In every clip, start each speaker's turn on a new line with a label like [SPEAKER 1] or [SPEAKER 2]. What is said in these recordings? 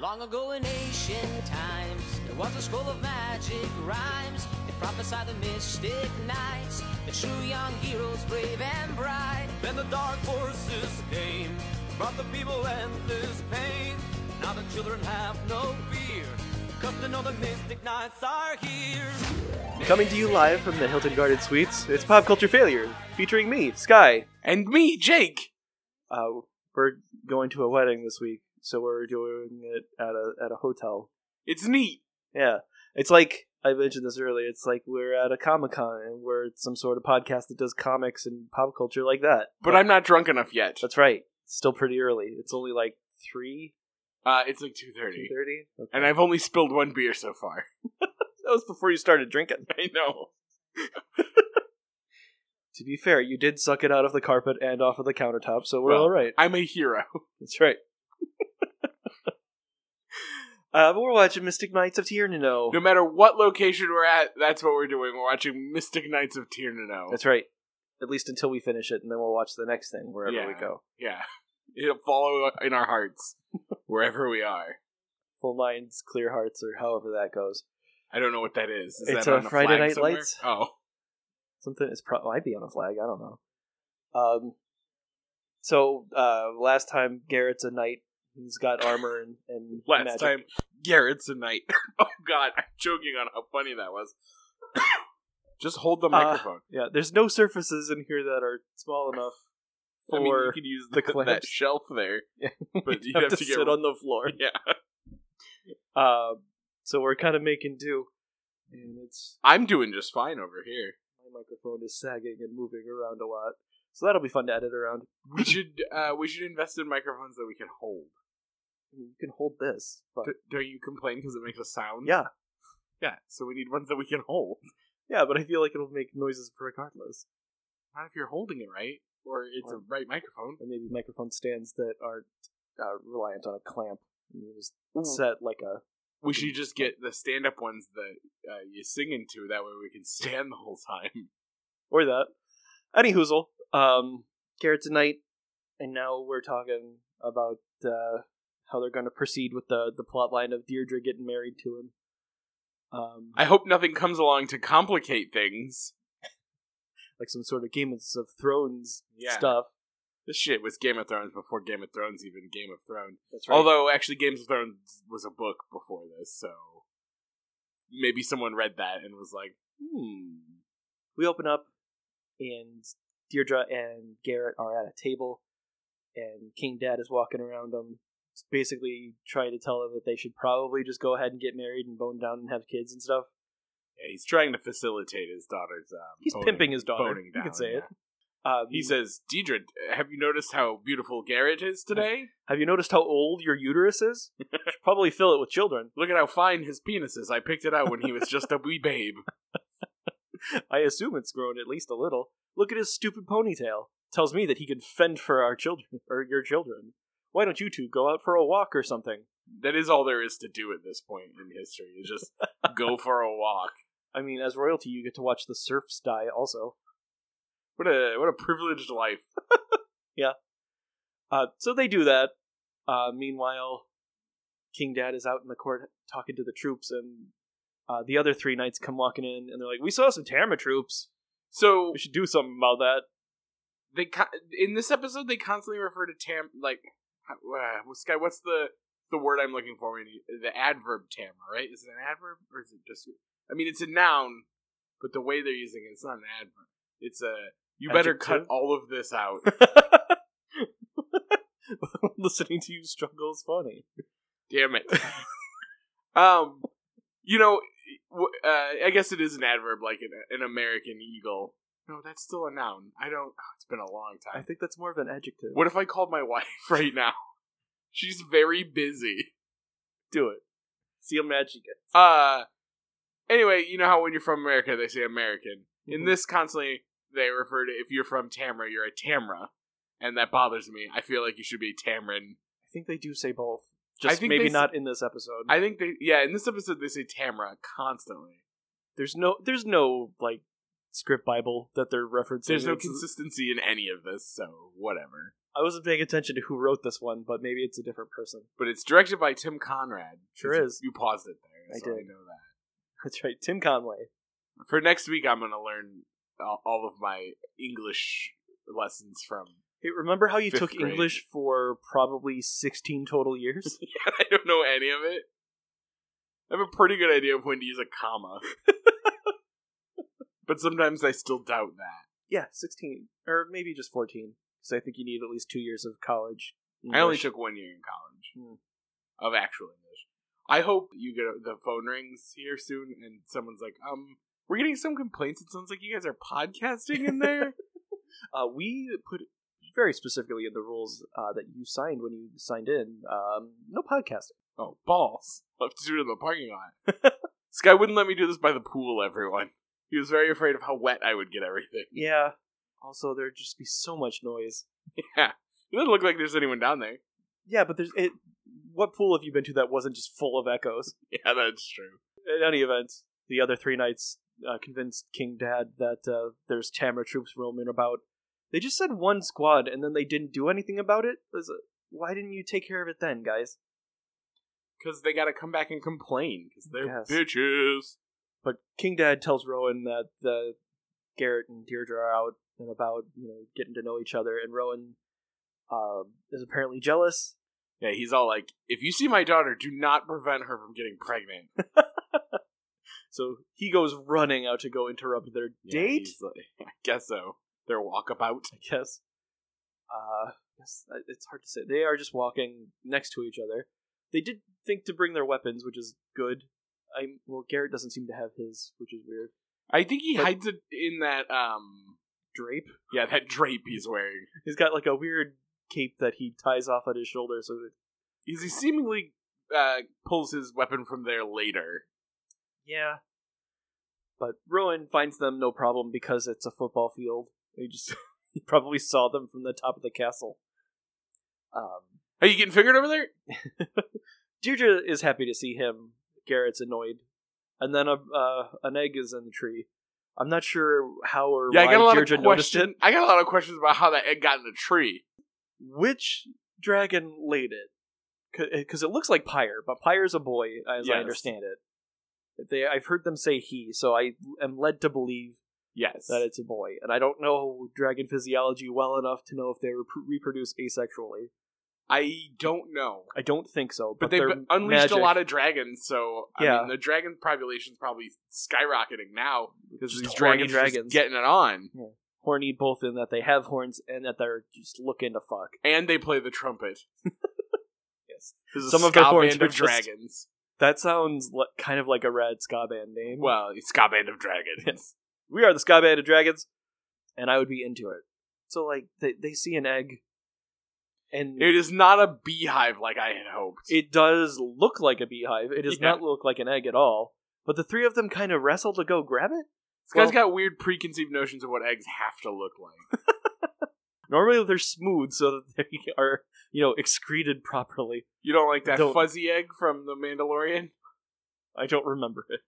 [SPEAKER 1] Long ago in ancient times, there was a scroll of magic rhymes that prophesied the mystic knights, the true young heroes, brave and bright.
[SPEAKER 2] Then the dark forces came, brought the people endless pain. Now the children have no fear, cause they know the mystic knights are here.
[SPEAKER 3] Coming to you live from the Hilton Garden Suites, it's Pop Culture Failure, featuring me, Sky.
[SPEAKER 4] And me, Jake.
[SPEAKER 3] Uh, we're going to a wedding this week, so we're doing it at a at a hotel.
[SPEAKER 4] It's neat.
[SPEAKER 3] Yeah, it's like I mentioned this earlier. It's like we're at a comic con and we're some sort of podcast that does comics and pop culture like that.
[SPEAKER 4] But I'm not drunk enough yet.
[SPEAKER 3] That's right. It's still pretty early. It's only like three
[SPEAKER 4] Uh, it's like 2.30.
[SPEAKER 3] thirty. Okay.
[SPEAKER 4] And I've only spilled one beer so far.
[SPEAKER 3] That was before you started drinking.
[SPEAKER 4] I know.
[SPEAKER 3] To be fair, you did suck it out of the carpet and off of the countertop, so we're
[SPEAKER 4] Well,
[SPEAKER 3] all right.
[SPEAKER 4] I'm a hero.
[SPEAKER 3] That's right. uh, but we're watching Mystic Knights of Tirnano.
[SPEAKER 4] No matter what location we're at, that's what we're doing. We're watching Mystic Knights of Tirnano.
[SPEAKER 3] That's right. At least until we finish it, and then we'll watch the next thing wherever we
[SPEAKER 4] Yeah.
[SPEAKER 3] go.
[SPEAKER 4] Yeah. It'll follow in our hearts, wherever we are.
[SPEAKER 3] Full minds, clear hearts, or however that goes.
[SPEAKER 4] I don't know what that is. Is
[SPEAKER 3] It's
[SPEAKER 4] that
[SPEAKER 3] a
[SPEAKER 4] on a
[SPEAKER 3] Friday
[SPEAKER 4] flag
[SPEAKER 3] Night
[SPEAKER 4] somewhere?
[SPEAKER 3] Lights.
[SPEAKER 4] Oh.
[SPEAKER 3] Something is pro- might be on a flag. I don't know. Um. So uh, last time Garrett's a knight. He's got armor and, and
[SPEAKER 4] Last
[SPEAKER 3] magic.
[SPEAKER 4] time, Garrett's a knight. oh, God. I'm joking on how funny that was. Just hold
[SPEAKER 3] Uh,
[SPEAKER 4] the microphone.
[SPEAKER 3] Yeah, there's no surfaces in here that are small enough
[SPEAKER 4] I mean, you
[SPEAKER 3] for
[SPEAKER 4] could use
[SPEAKER 3] the
[SPEAKER 4] the, that
[SPEAKER 3] clamps.
[SPEAKER 4] shelf there.
[SPEAKER 3] Yeah.
[SPEAKER 4] But you
[SPEAKER 3] have, to,
[SPEAKER 4] get
[SPEAKER 3] sit on the floor.
[SPEAKER 4] Yeah.
[SPEAKER 3] Um, so we're kind of making do, and it's
[SPEAKER 4] I'm doing just fine over here.
[SPEAKER 3] my microphone is sagging and moving around a lot. So that'll be fun to edit around.
[SPEAKER 4] We should uh, we should invest in microphones that we can hold.
[SPEAKER 3] You can hold this. But,
[SPEAKER 4] D- don't you complain because it makes a sound?
[SPEAKER 3] Yeah.
[SPEAKER 4] yeah. So we need ones that we can hold.
[SPEAKER 3] yeah, but I feel like it'll make noises regardless.
[SPEAKER 4] Not if you're holding it right, or it's a right microphone.
[SPEAKER 3] Or maybe microphone stands that aren't uh, reliant on a clamp. And you just set like a
[SPEAKER 4] We should just get the stand up ones that uh, you sing into. That way we can stand the whole time.
[SPEAKER 3] or that. Any hoozle. Um, Garrett's a knight, and now we're talking about uh, how they're going to proceed with the the plot line of Deirdre getting married to him. Um,
[SPEAKER 4] I hope nothing comes along to complicate things.
[SPEAKER 3] like some sort of Game of Thrones
[SPEAKER 4] Yeah.
[SPEAKER 3] stuff.
[SPEAKER 4] This shit was Game of Thrones before Game of Thrones even Game of Thrones.
[SPEAKER 3] That's
[SPEAKER 4] Although actually, Games of Thrones was a book before this, so maybe someone read that and was like, "Hmm,
[SPEAKER 3] we open up, and Deirdre and Garrett are at a table, and King Dad is walking around them, basically trying to tell them that they should probably just go ahead and get married and bone down and have kids and stuff.
[SPEAKER 4] yeah, he's trying to facilitate his daughter's." Um,
[SPEAKER 3] He's
[SPEAKER 4] boning-
[SPEAKER 3] pimping his daughter.
[SPEAKER 4] boning
[SPEAKER 3] you
[SPEAKER 4] down,
[SPEAKER 3] could say it.
[SPEAKER 4] yeah.
[SPEAKER 3] Um,
[SPEAKER 4] He says, "Deidre, have you noticed how beautiful Garrett is today?
[SPEAKER 3] Have you noticed how old your uterus is? You should probably fill it with children.
[SPEAKER 4] Look at how fine his penis is. I picked it out when he was just a wee babe."
[SPEAKER 3] I assume it's grown at least a little. Look at his stupid ponytail. Tells me that he can fend for our children or your children. Why don't you two go out for a walk or something?
[SPEAKER 4] That is all there is to do at this point in history. Is just go for a walk.
[SPEAKER 3] I mean, as royalty, you get to watch the serfs die also.
[SPEAKER 4] What a what a privileged life.
[SPEAKER 3] Uh, so they do that. Uh, meanwhile, King Dad is out in the court talking to the troops, and uh, the other three knights come walking in, and they're like, "We saw some Tama troops.
[SPEAKER 4] So
[SPEAKER 3] We should do something about that."
[SPEAKER 4] they co- in this episode they constantly refer to Tam like uh, Sky. What's the the word I'm looking for? When you- The adverb Tam, right? Is it an adverb or is it just? I mean, it's a noun, but the way they're using it, it's not an adverb. It's a you better cut
[SPEAKER 3] Adjective?
[SPEAKER 4] all of this out.
[SPEAKER 3] Listening to you struggle is funny.
[SPEAKER 4] Damn it. um, you know, w- uh, I guess it is an adverb, like an, an American eagle. No, that's still a noun. I don't. oh, it's been a long
[SPEAKER 3] I
[SPEAKER 4] time.
[SPEAKER 3] think that's more of an adjective.
[SPEAKER 4] What if I called my wife right now? She's very busy.
[SPEAKER 3] do it? See a magic.
[SPEAKER 4] Uh anyway, you know how when you're from America they say American. In
[SPEAKER 3] Mhm.
[SPEAKER 4] this constantly they refer to if you're from Tamra, you're a Tamra. And that bothers me. I feel like you should be a Tamron.
[SPEAKER 3] I think they do say both.
[SPEAKER 4] I
[SPEAKER 3] Just
[SPEAKER 4] think they
[SPEAKER 3] maybe
[SPEAKER 4] s-
[SPEAKER 3] not in this episode.
[SPEAKER 4] I think they yeah, in this episode they say Tamra constantly.
[SPEAKER 3] there's no there's no like script bible that they're referencing.
[SPEAKER 4] There's no
[SPEAKER 3] It's-
[SPEAKER 4] consistency in any of this, so whatever.
[SPEAKER 3] I wasn't paying attention to who wrote this one, but maybe it's a different person.
[SPEAKER 4] But it's directed by Tim Conrad.
[SPEAKER 3] Sure
[SPEAKER 4] You-
[SPEAKER 3] is.
[SPEAKER 4] You paused it there.
[SPEAKER 3] I
[SPEAKER 4] so I
[SPEAKER 3] did.
[SPEAKER 4] know that.
[SPEAKER 3] That's right, Tim Conway.
[SPEAKER 4] For next week, I'm going to learn all, all of my English lessons from.
[SPEAKER 3] Hey, remember how you
[SPEAKER 4] Fifth
[SPEAKER 3] took
[SPEAKER 4] grade.
[SPEAKER 3] English for probably 16 total years?
[SPEAKER 4] I don't know any of it. I have a pretty good idea of when to use a comma. but sometimes I still doubt that.
[SPEAKER 3] yeah, 16. Or maybe just 14. Because I think you need at least two years of college.
[SPEAKER 4] I only
[SPEAKER 3] English.
[SPEAKER 4] took one year in college
[SPEAKER 3] Hmm.
[SPEAKER 4] of actual English. I hope you get the phone rings here soon, and someone's like, "Um, we're getting some complaints. It sounds like you guys are podcasting in there."
[SPEAKER 3] Uh, we put very specifically in the rules uh, that you signed when you signed in um, no podcasting.
[SPEAKER 4] oh, balls! I'll have to do it in the parking lot. this guy wouldn't let me do this by the pool. Everyone, he was very afraid of how wet I would get everything.
[SPEAKER 3] Yeah. Also, there'd just be so much noise.
[SPEAKER 4] Yeah, it doesn't look like there's anyone down there.
[SPEAKER 3] Yeah, but there's it. What pool have you been to that wasn't just full of echoes?
[SPEAKER 4] Yeah, that's true.
[SPEAKER 3] In any event, the other three knights uh, convinced King Dad that uh, there's Tamra troops roaming about. They just said one squad, and then they didn't do anything about it. It was, uh, Why didn't you take care of it then, guys?
[SPEAKER 4] Because they got to come back and complain because they're
[SPEAKER 3] Yes.
[SPEAKER 4] bitches.
[SPEAKER 3] But King Dad tells Rowan that the Garrett and Deirdre are out and about, you know, getting to know each other, and Rowan um, is apparently jealous.
[SPEAKER 4] Yeah, he's all like, "If you see my daughter, do not prevent her from getting pregnant."
[SPEAKER 3] So he goes running out to go interrupt their
[SPEAKER 4] Yeah,
[SPEAKER 3] date.
[SPEAKER 4] he's like- I guess so. Their walkabout.
[SPEAKER 3] I guess. Uh, yes, I- it's hard to say. They are just walking next to each other. They did think to bring their weapons, which is good. I well, Garrett doesn't seem to have his, which is weird.
[SPEAKER 4] I think he
[SPEAKER 3] But-
[SPEAKER 4] hides it in that um
[SPEAKER 3] Drape.
[SPEAKER 4] yeah, that drape he's wearing.
[SPEAKER 3] He's got like a weird cape that he ties off on his shoulder. So that,
[SPEAKER 4] He's, he seemingly uh pulls his weapon from there later.
[SPEAKER 3] yeah. But Rowan finds them no problem because it's a football field. He just he probably saw them from the top of the castle. Um,
[SPEAKER 4] Are you getting fingered over there?
[SPEAKER 3] Deirdre is happy to see him. Garrett's annoyed, and then a uh, an egg is in the tree. I'm not sure how or
[SPEAKER 4] yeah, I
[SPEAKER 3] why
[SPEAKER 4] got a lot
[SPEAKER 3] Deirdre
[SPEAKER 4] of
[SPEAKER 3] noticed
[SPEAKER 4] questions.
[SPEAKER 3] it.
[SPEAKER 4] I got a lot of questions about how that egg got in the tree.
[SPEAKER 3] Which dragon laid it? Because it looks like Pyre, but Pyre's a boy, as I
[SPEAKER 4] Yes.
[SPEAKER 3] understand it. They, I've heard them say he, so I am led to believe
[SPEAKER 4] Yes.
[SPEAKER 3] that it's a boy. And I don't know dragon physiology well enough to know if they rep- reproduce asexually.
[SPEAKER 4] I don't know.
[SPEAKER 3] I don't think so,
[SPEAKER 4] But
[SPEAKER 3] but,
[SPEAKER 4] they've
[SPEAKER 3] they're
[SPEAKER 4] unleashed a
[SPEAKER 3] magic.
[SPEAKER 4] lot of dragons, so I
[SPEAKER 3] Yeah.
[SPEAKER 4] mean the dragon population's probably skyrocketing now because
[SPEAKER 3] Just
[SPEAKER 4] these
[SPEAKER 3] horny
[SPEAKER 4] dragons,
[SPEAKER 3] dragons.
[SPEAKER 4] dragons. getting it on.
[SPEAKER 3] horny, both in that they have horns and that they're just looking to fuck.
[SPEAKER 4] And they play the trumpet.
[SPEAKER 3] Yes.
[SPEAKER 4] There's a
[SPEAKER 3] Some of
[SPEAKER 4] ska
[SPEAKER 3] their horns
[SPEAKER 4] band
[SPEAKER 3] are
[SPEAKER 4] of
[SPEAKER 3] just-
[SPEAKER 4] dragons.
[SPEAKER 3] That sounds li- kind of like a rad ska band name.
[SPEAKER 4] Well, it's Ska Band of Dragons.
[SPEAKER 3] we are the ska band of dragons, and I would be into it. So like they they see an egg, and it,
[SPEAKER 4] It is not a beehive like I had hoped.
[SPEAKER 3] does look like a beehive. It does
[SPEAKER 4] Yeah.
[SPEAKER 3] not look like an egg at all. But the three of them kind of wrestle to go grab it.
[SPEAKER 4] this guy's
[SPEAKER 3] well-
[SPEAKER 4] got weird preconceived notions of what eggs have to look like.
[SPEAKER 3] Normally they're smooth so that they are you know excreted properly.
[SPEAKER 4] You don't like that
[SPEAKER 3] Don't.
[SPEAKER 4] fuzzy egg from The Mandalorian?
[SPEAKER 3] I don't remember it.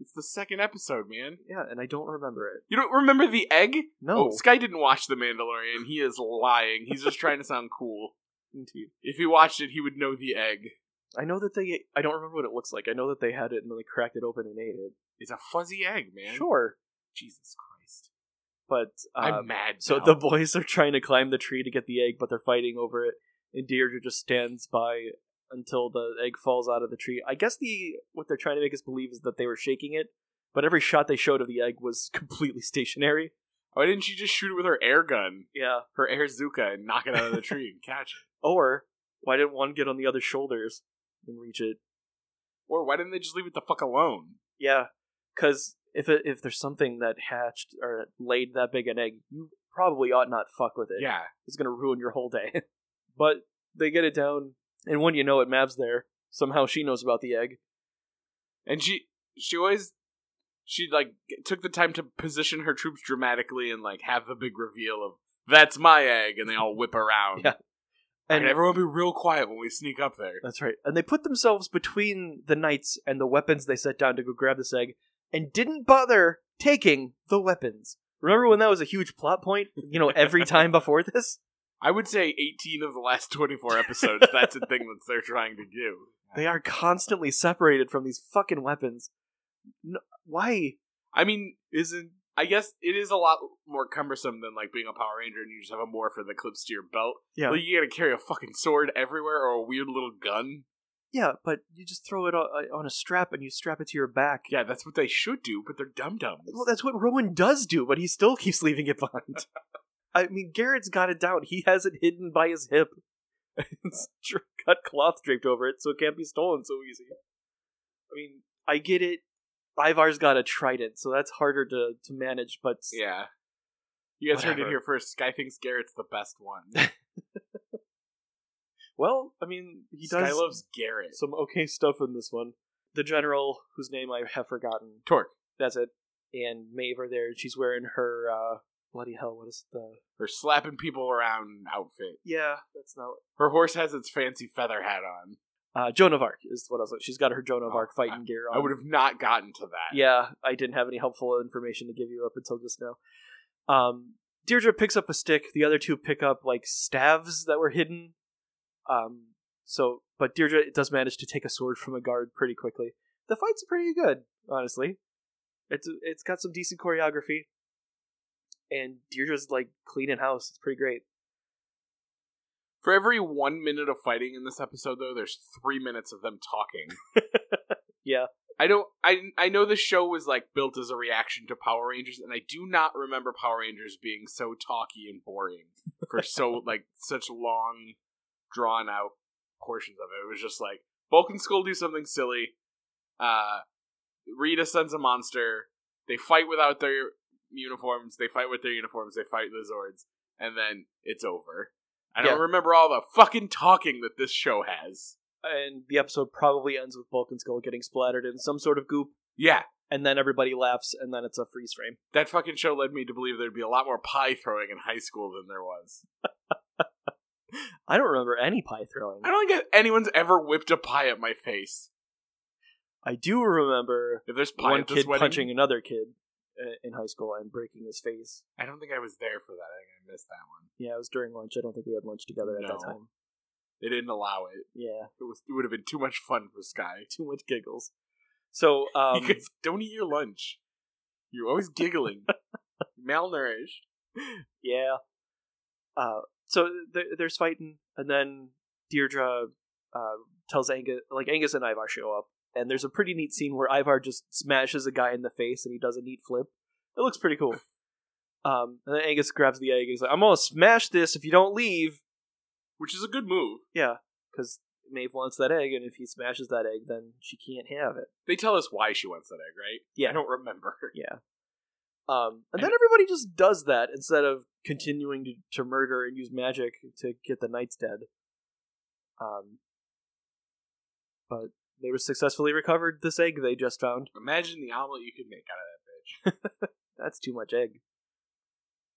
[SPEAKER 4] It's the second episode, man.
[SPEAKER 3] Yeah, and I don't remember it.
[SPEAKER 4] You don't remember the egg?
[SPEAKER 3] No,
[SPEAKER 4] Oh, Sky didn't watch The Mandalorian. He is lying. He's just trying to sound cool.
[SPEAKER 3] indeed.
[SPEAKER 4] If he watched it, he would know the egg.
[SPEAKER 3] I know that they. I don't remember what it looks like. I know that they had it and then they cracked it open and ate it.
[SPEAKER 4] It's a fuzzy egg, man.
[SPEAKER 3] Sure,
[SPEAKER 4] Jesus Christ.
[SPEAKER 3] but um,
[SPEAKER 4] I'm mad.
[SPEAKER 3] So
[SPEAKER 4] now.
[SPEAKER 3] the boys are trying to climb the tree to get the egg, but they're fighting over it. And Deirdre just stands by until the egg falls out of the tree. I guess the what they're trying to make us believe is that they were shaking it, but every shot they showed of the egg was completely stationary.
[SPEAKER 4] Why didn't she just shoot it with her air gun,
[SPEAKER 3] Yeah.
[SPEAKER 4] her air Zuka, and knock it out of the tree and catch it?
[SPEAKER 3] Or why didn't one get on the other shoulders and reach it?
[SPEAKER 4] Or why didn't they just leave it the fuck alone?
[SPEAKER 3] Yeah, because if it, if there's something that hatched or laid that big an egg, you probably ought not fuck with it.
[SPEAKER 4] Yeah.
[SPEAKER 3] It's gonna ruin your whole day. but they get it down, and when you know it, Mav's there. Somehow she knows about the egg.
[SPEAKER 4] And she she always she like took the time to position her troops dramatically and like have the big reveal of that's my egg and they all whip around.
[SPEAKER 3] Yeah.
[SPEAKER 4] And
[SPEAKER 3] And
[SPEAKER 4] everyone be real quiet when we sneak up there.
[SPEAKER 3] that's right. And they put themselves between the knights and the weapons they set down to go grab this egg, and didn't bother taking the weapons. Remember when that was a huge plot point? You know, every time before this.
[SPEAKER 4] I would say 18 of the last 24 episodes. that's a thing that they're trying to do.
[SPEAKER 3] They are constantly separated from these fucking weapons. No, why
[SPEAKER 4] I mean,
[SPEAKER 3] isn't
[SPEAKER 4] I guess it is a lot more cumbersome than like being a Power Ranger and you just have a morph and the clips to your belt.
[SPEAKER 3] yeah
[SPEAKER 4] Like you gotta carry a fucking sword everywhere or a weird little gun.
[SPEAKER 3] yeah? But you just throw it on, on a strap and you strap it to your back.
[SPEAKER 4] Yeah, that's what they should do, but they're dum dums.
[SPEAKER 3] Well, that's what Rowan does do, but he still keeps leaving it behind. I mean, Garrett's got it down. He has it hidden by his hip. it's dra- got cloth draped over it, so it can't be stolen so easy. I mean, I get it. Ivar's got a trident, so that's harder to, to manage, but
[SPEAKER 4] Yeah. You guys heard it
[SPEAKER 3] Whatever.
[SPEAKER 4] here first. Sky thinks Garrett's the best one.
[SPEAKER 3] well, I mean, he
[SPEAKER 4] Sky
[SPEAKER 3] does
[SPEAKER 4] loves Garrett.
[SPEAKER 3] some okay stuff in this one. The general, whose name I have forgotten,
[SPEAKER 4] Torque,
[SPEAKER 3] that's it, and Maeve are there, and she's wearing her, uh, bloody hell, what is the.
[SPEAKER 4] her slapping people around outfit.
[SPEAKER 3] Yeah, that's not
[SPEAKER 4] Her horse has its fancy feather hat on.
[SPEAKER 3] Uh, Joan of Arc is what I was. Like. She's got her Joan of
[SPEAKER 4] Oh,
[SPEAKER 3] Arc fighting gear on.
[SPEAKER 4] I would have not gotten to that.
[SPEAKER 3] Yeah, I didn't have any helpful information to give you up until just now. Um, Deirdre picks up a stick. The other two pick up like staves that were hidden. Um, so, but Deirdre does manage to take a sword from a guard pretty quickly. The fight's pretty good, honestly. It's it's got some decent choreography, and Deirdre's like cleaning house. It's pretty great.
[SPEAKER 4] For every one minute of fighting in this episode, though, there's three minutes of them talking.
[SPEAKER 3] Yeah.
[SPEAKER 4] I don't. I I know the show was like built as a reaction to Power Rangers, and I do not remember Power Rangers being so talky and boring for so like such long, drawn out portions of it. It was just like Bulk and Skull do something silly. Uh, Rita sends a monster. They fight without their uniforms. They fight with their uniforms. They fight the Zords, and then it's over. I don't
[SPEAKER 3] Yeah.
[SPEAKER 4] remember all the fucking talking that this show has.
[SPEAKER 3] And the episode probably ends with Bulk and Skull getting splattered in some sort of goop.
[SPEAKER 4] Yeah,
[SPEAKER 3] and then everybody laughs, and then it's a freeze frame.
[SPEAKER 4] That fucking show led me to believe there'd be a lot more pie throwing in high school than there was.
[SPEAKER 3] I don't remember any pie throwing.
[SPEAKER 4] I don't think anyone's ever whipped a pie at my face.
[SPEAKER 3] I do remember
[SPEAKER 4] If there's pie
[SPEAKER 3] one
[SPEAKER 4] at this
[SPEAKER 3] kid
[SPEAKER 4] wedding,
[SPEAKER 3] punching another kid uh, in high school and breaking his face.
[SPEAKER 4] I don't think I was there for that. I think I missed that one.
[SPEAKER 3] Yeah, it was during lunch. I don't think we had lunch together at that
[SPEAKER 4] No.
[SPEAKER 3] time.
[SPEAKER 4] They didn't allow it.
[SPEAKER 3] Yeah,
[SPEAKER 4] It was it would have been too much fun for Sky.
[SPEAKER 3] too much giggles. So,
[SPEAKER 4] You
[SPEAKER 3] um,
[SPEAKER 4] guys don't eat your lunch. You're always giggling, malnourished.
[SPEAKER 3] yeah. Uh, so th- there's fighting, and then Deirdre uh, tells Angus, like Angus and Ivar show up, and there's a pretty neat scene where Ivar just smashes a guy in the face, and he does a neat flip. It looks pretty cool. Um, and then Angus grabs the egg. and He's like, "I'm gonna smash this if you don't leave."
[SPEAKER 4] Which is a good move.
[SPEAKER 3] Yeah, because Maeve wants that egg, and if he smashes that egg, then she can't have it.
[SPEAKER 4] They tell us why she wants that egg, right?
[SPEAKER 3] Yeah.
[SPEAKER 4] I don't remember.
[SPEAKER 3] Yeah. Um, and then
[SPEAKER 4] And-
[SPEAKER 3] everybody just does that instead of continuing to, to murder and use magic to get the knights dead. Um, but they were successfully recovered this egg they just found.
[SPEAKER 4] Imagine the omelet you could make out of that bitch.
[SPEAKER 3] That's too much egg.